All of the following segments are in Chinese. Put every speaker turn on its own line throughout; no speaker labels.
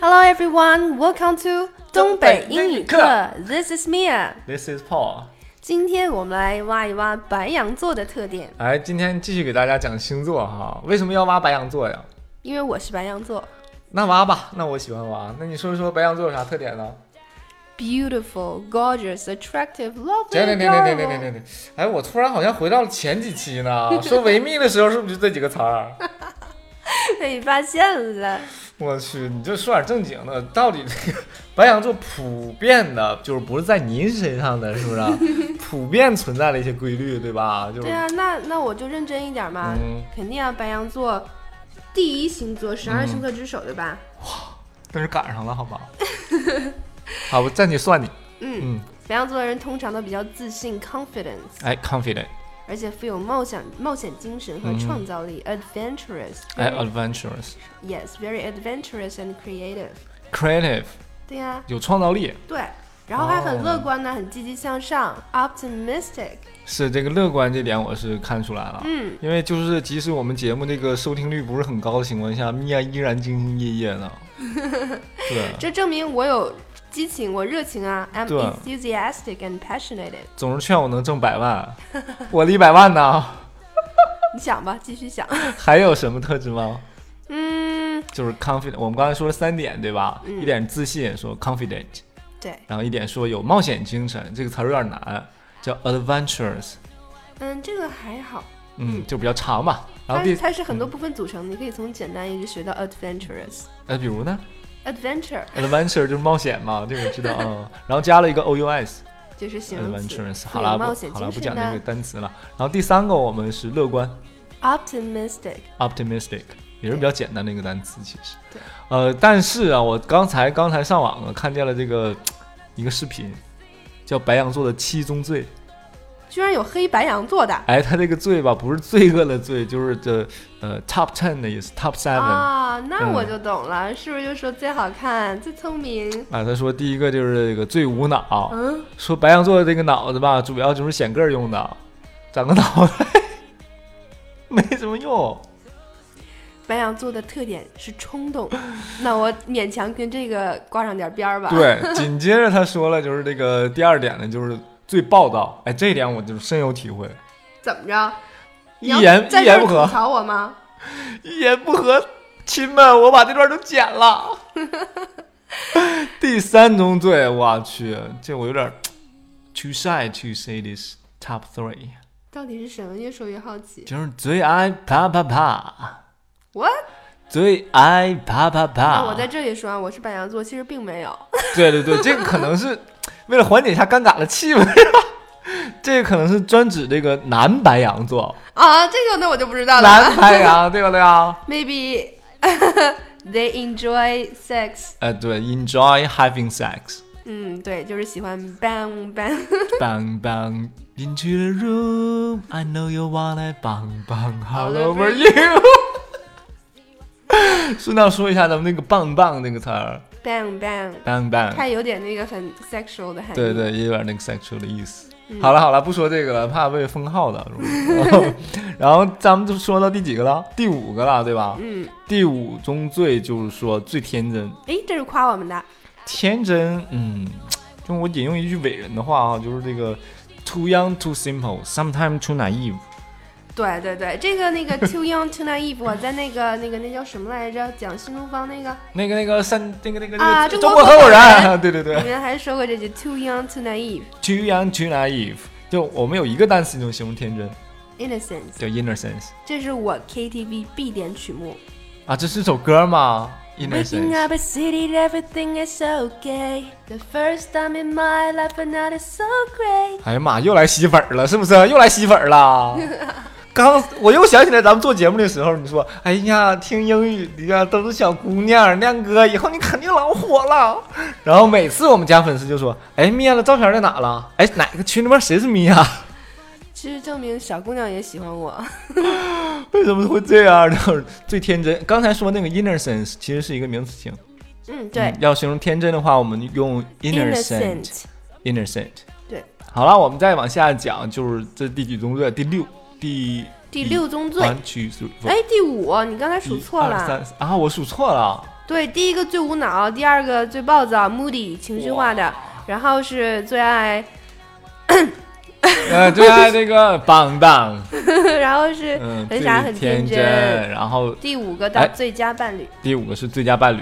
Hello everyone, welcome to 东北英语
东
课。This is Mia。
This is Paul。
今天我们来挖一挖白羊座的特点，
哎，今天继续给大家讲星座哈。为什么要挖白羊座呀？
因为我是白羊座。
那挖吧，那我喜欢挖。那你说说白羊座有啥特点呢？
Beautiful, gorgeous, attractive,
停
lovely,
停停停停停
adorable。
停停！哎，我突然好像回到了前几 期呢。说维密的时候是不是就这几个词儿？啊
被发现了，
我去，你就说点正经的。到底这个白羊座普遍的，就是不是在您身上的，是不 是啊？普遍存在的一些规律，对吧？就是
对啊，那那我就认真一点嘛，
嗯
肯定啊，白羊座第一星座，十二
嗯
星座之首，对吧？
但是赶上了，好吧？好，我站起算你。
嗯，
嗯，
白羊座的人通常都比较自信，confidence，
哎，confident。
而且富有冒险冒险精神和
嗯
创造力，adventurous。
哎，adventurous、
Yes, very adventurous and creative.
creative，
对呀、
有创造力，
对，然后还很
哦
乐观呢，很积极向上，optimistic。
是这个乐观这点我是看出来了。
嗯，
因为就是即使我们节目这个收听率不是很高的情况下，米娅依然兢兢业业呢。对，
这证明我有激情，我热情啊，I'm
对
enthusiastic and passionate。
总是劝我能挣百万，我离百万呢？
你想吧，继续想。
还有什么特质吗？
嗯，
就是 confident，我们刚才说了三点，对吧？一点自信，说 confident，
对，
然后一点说有冒险精神，这个词儿有点难，叫 adventurous，
嗯，这个还好，
嗯，就比较长吧。然
它
后第嗯
它是很多部分组成，你可以从简单一直学到 adventurous。
呃，比如呢？
adventure
Adventure 就是冒险嘛，这个知道啊、嗯。然后加了一个 OUS
就是形容词，
Adventurous，
富
好
有
啦，
冒险
不好啦，
精
不
神
讲这个
呢
单词了。然后第三个我们是乐观
，optimistic。
，optimistic，也是比较简单的一个单词，其实
对。
呃，但是啊，我刚才刚才上网啊，看见了这个一个视频，叫白羊座的七宗罪。
居然有黑白羊座的
哎，他这个罪吧，不是罪恶的罪，就是这呃 top ten 的意思，top seven。
啊，那
嗯
我就懂了，是不是就说最好看、最聪明？
啊，他说第一个就是这个最无脑，
嗯，
说白羊座的这个脑子吧，主要就是显个儿用的，长个脑袋没什么用。
白羊座的特点是冲动， 那我勉强跟这个挂上点边儿吧。，
对，紧接着他说了，就是这个第二点呢，就是最霸道。哎，这一点我就是深有体会，
怎么着？
一
你要
言
在
一
这儿
言不
吐
合，
槽我吗？
一言不合，亲们，我把这段都剪了。 第三宗罪，我去，这我有点儿 too shy to say this top three，
到底是什么？越说越好奇。
就是最爱啪啪啪，
What？
最爱啪啪
那
啪。
我在这里说啊，我是白羊座，其实并没有。
对对对，这个可能是为了缓解一下尴尬的气氛， 这个可能是专指这个男白羊座，
啊，这个那我就不知道了。
男白羊对不对 啊？
Maybe they enjoy sex。
呃，对，enjoy having sex。
嗯，对，就是喜欢 bang bang。
Bang bang into the room, I know you wanna bang bang all
All
over
over
you 。 顺道说一下咱们那个“棒棒”那个词儿
bang bang，
，bang bang，
它有点那个很 sexual 的含义。
对对，也有点那个 sexual 的意思。
嗯
好了好了，不说这个了，怕被封号的。 然后咱们就说到第几个了？第五个了，对吧？
嗯，
第五宗罪就是说最天真，
诶，这是夸我们的。
天真，嗯，就我引用一句伟人的话啊，就是这个 too young, too simple, sometimes too naive。
对对对，这个那 个 too young too naive，我在那个那个那叫什么来着？讲新东方那个
那个那个三，那个那个
啊
那个
中
中
国
国合
合
伙
伙
人， 对对对
里面还说过这句 too young too naive
，too young, too naive。就我们有一个单词就形容天真，
innocence，
叫 innocence
这是我 KTV 必点曲目。
啊，这是首歌吗？innocence
Waking。up a city, everything is okay. The first time in my life, and now it's so great.
哎呀妈，又来吸粉儿了，是不是？又来吸粉儿了。 刚我又想起来咱们做节目的时候，你说，哎呀，听英语的呀都是小姑娘，亮哥，以后你肯定老火了。然后每次我们家粉丝就说，哎，米娅的照片在哪了？哎，哪个群里面谁是米娅？
其实证明小姑娘也喜欢我。
为什么会这样？就是最天真。刚才说那个 innocence 其实是一个名词性，
嗯，对
嗯要形容天真的话，我们用 innocent，innocent。
，innocent，对。
好了，我们再往下讲，就是这第几宗罪？第六，第
第六宗罪
One, two, three, four
哎，第五，你刚才数错
嗯一二
了。
三四啊，我数错了。
对，第一个最无脑，第二个最暴躁、moody、情绪化的，然后是最爱，
呃，最爱那个棒 棒，
然后是
嗯，
很傻
最
很
天
真。
然后
第五个
哎
到最佳伴侣，
第五个是最佳伴侣，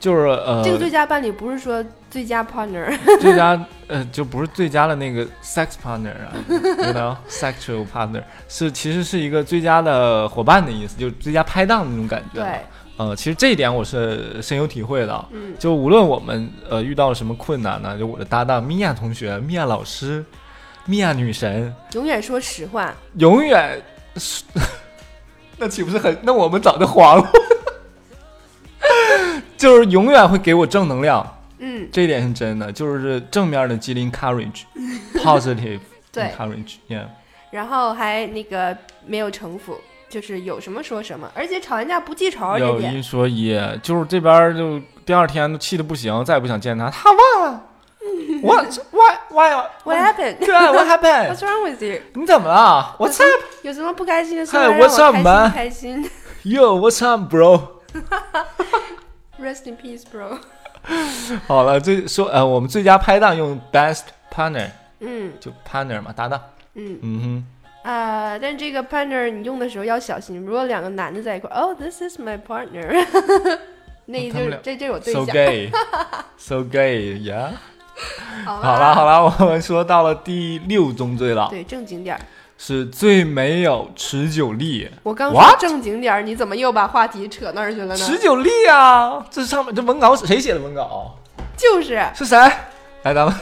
就是呃，
这个最佳伴侣不是说最佳 partner，
最佳呃就不是最佳的那个 sex partner 啊 ，you know sexual partner 是其实是一个最佳的伙伴的意思，就是最佳拍档的那种感 觉。
对，，
呃，其实这一点我是深有体会的。
嗯，
就无论我们呃遇到了什么困难呢，就我的搭档米娅同学、米娅老师、米娅女神，
永远说实话，
永远是，那岂不是很？那我们早就黄了， 就是永远会给我正能量。
嗯，
这一点是真的，就是正面的激励 courage，positive
对
courage，yeah，
然后还那个没有城府，就是有什么说什么，而且吵完架不记仇，
有
这点
一说一，就是这边儿就第二天都气的不行，再也不想见他，他忘了，我 我我
What happened?
对我 happened，
What's wrong with you?
你怎么了？What's up？
有什么不开心的事
嗨
吗？让
，what's
我
up,
开
man？
心开心。
Yo, what's up, bro？
Rest in peace, bro。
好了，最说呃，我们最佳拍档用 best partner，
嗯
就 partner 嘛，搭档。
嗯
嗯
啊，但这个 partner 你用的时候要小心，如果两个男的在一块儿，Oh, this is my partner，那
哦
就
他们
是
俩
这这是我
哼
对
，so
象。
gay，so gay，yeah。
好
好了好了，我们说到了第六宗罪了，
对，正经点儿。
是最没有持久力。
我刚
What？
说正经点儿，你怎么又把话题扯那儿去了呢？
持久力啊，这上面这文稿谁写的文稿？
就是
是谁？来，咱们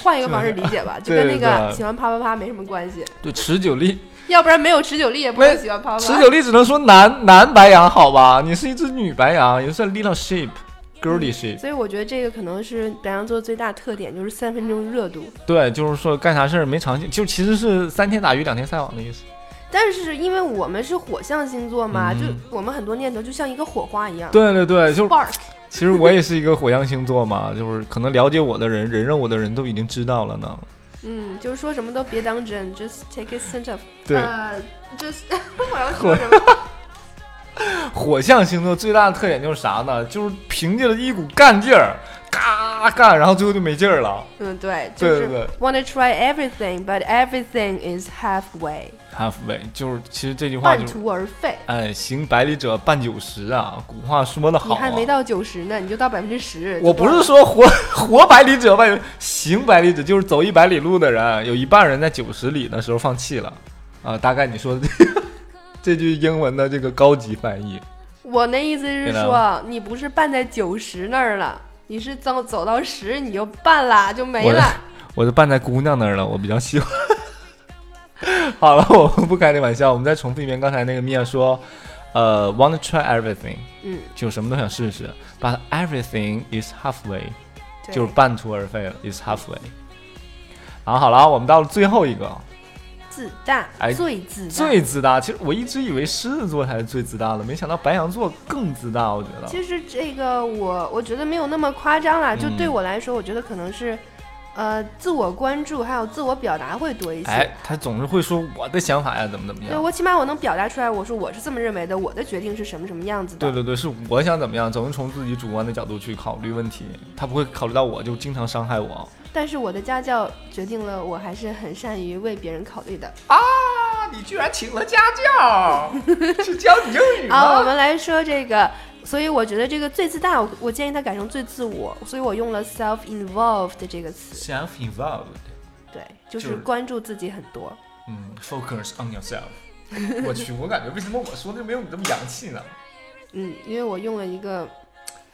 换一个方式理解吧，就跟那
对对
个
对
喜欢啪啪啪没什么关系，
对持久力，
要不然没有持久力也不会喜欢啪啪
持
啪。
久力只能说男男白羊好吧？你是一只女白羊，也算 little sheep，girly sheep。
所以我觉得这个可能是白羊座最大特点，就是三分钟热度。
对，就是说干啥事儿没长进，就其实是三天打鱼两天晒网的意思。
但是因为我们是火象星座嘛，
嗯
就我们很多念头就像一个火花一样。
对对对，就是
Spark，
其实我也是一个火象星座嘛， 就是可能了解我的人，忍让我的人都已经知道了呢。
嗯，就是说什么都别当真，just take it simple。
对，
呃，just 我要说什么？
火象星座最大的特点就是啥呢？就是凭借着一股干劲儿，嘎干，然后最后就没劲儿了。
嗯，对，就
对
是
对对
wanna try everything, but everything is halfway，
halfway 就是其实这句话
半
就是，
途而废。
哎，行百里者半九十啊，古话说得好、
你
啊。
还没到九十呢，你就到百分之十。
我不是说活 活百里者半九，行百里者就是走一百里路的人，有一半人在九十里的时候放弃了。啊、大概你说的这 这句英文的这个高级翻译，
我那意思是
对
说，你不是绊在九十那儿了，你是走走到十你就绊啦，就没
我的
了。
我就办在姑娘那儿了，我比较喜欢。 好了，我们不开那玩笑，我们再重复一遍刚才那个米娅说，呃，want to try everything，
嗯，
就什么都想试试，but everything is halfway，
对
就是半途而废了，is halfway。然后好了，我们到了最后一个
自大
哎，
最自大。
最自大，其实我一直以为狮子座才是最自大的，没想到白羊座更自大，我觉得。
其实这个我我觉得没有那么夸张啦，就
嗯
对我来说，我觉得可能是，呃，自我关注还有自我表达会多一些。
哎，他总是会说我的想法呀，怎么怎么
对
样。
我起码我能表达出来，我说我是这么认为的，我的决定是什么什么样子的。
对对对，是我想怎么样，总是从自己主观的角度去考虑问题，他不会考虑到我就经常伤害我。
但是我的家教决定了，我还是很善于为别人考虑的。
啊，你居然请了家 教，是教你英语
啊，我？们来说这个，所以我觉得这个最自大，我我建议他改成最自我，所以我用了 self involved 这个词，
Self involved，
对，就
就是是
关注自己很多。
嗯，focus on yourself。我去，我感觉为什么我说的没有你这么洋气呢
嗯，因为我用了一个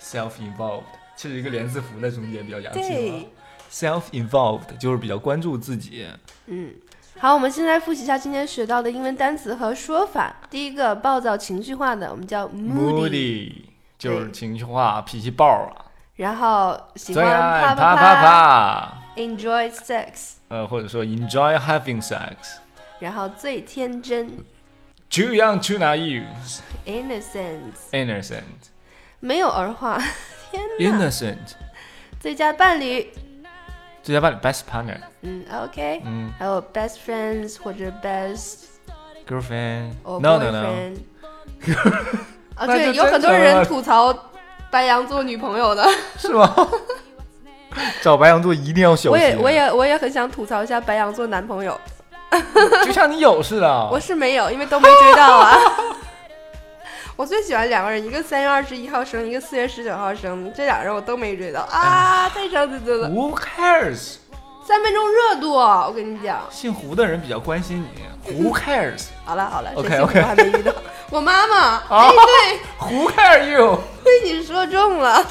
？Self involved，这是一个连字符在中间比较洋气
对
吗。Self involved 就是比较关注自己。
嗯，好，我们现在复习一下今天学到的英文单词和说法。第一个，暴躁情绪化的，我们叫 moody，
Moody 就是
对
情绪化、脾气暴啊，
然后喜
最
欢
爱
啪
啪啪
啪
啪。
，enjoy sex，
呃，或者说 enjoy having sex。
然后最天真
Too young, too naive,
innocence，
innocent,
没有儿化， 天哪
innocent。
最佳伴侣，
最佳伴侣 best partner，
嗯，OK，
嗯
还有 best friends 或者 best
，girlfriend。
or
No, no, no。
boyfriend，啊，
那就
对，有
真
很多
成
人
了
吐槽白羊座女朋 友的。
是吗？找白羊座一定要小心。
我也我也我也很想吐槽一下白羊座男朋友，
就像你有似的。
我是没有，因为都没追到 啊。我最喜欢两个人，一个三月二十一号生，一个四月十九号生，这俩人我都没追到
哎
啊，太伤心了。
Who cares？
三分钟热度，我跟你讲。
姓胡的人比较关心你。Who cares？
好了好了
OK，
谁幸福
OK
还没遇 到。我妈妈，
啊
哎，对，
Who care you？
被你说中了。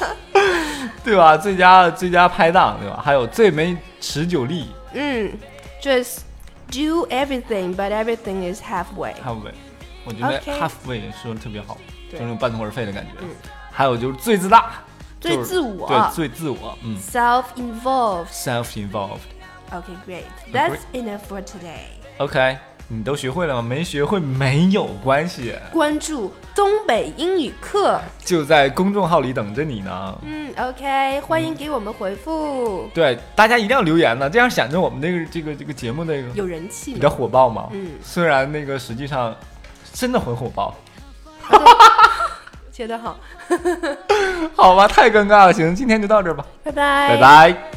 对吧？最佳最佳拍档对吧？还有最没持久力，
嗯，just do everything, but everything is halfway。
halfway，我觉得
OK
halfway 说的特别好，就
对
是那种半途而废的感觉
嗯。
还有就是最自大，
最
就是
自我
对，最自我，嗯
self-involved。
，self-involved。
Okay, great. That's enough for today.
OK，你都学会了吗？没学会没有关系，
关注东北英语课。
就在公众号里等着你呢。
嗯，OK，欢迎给我们回复。
对，大家一定要留言呢，这样显得我们这个这个这个节目那个
有人气
比较
吗？
火爆嘛。
嗯
虽然那个实际上真的很火爆，
切得好，
好吧，太尴尬了。行，今天就到这儿吧，
拜拜，
拜拜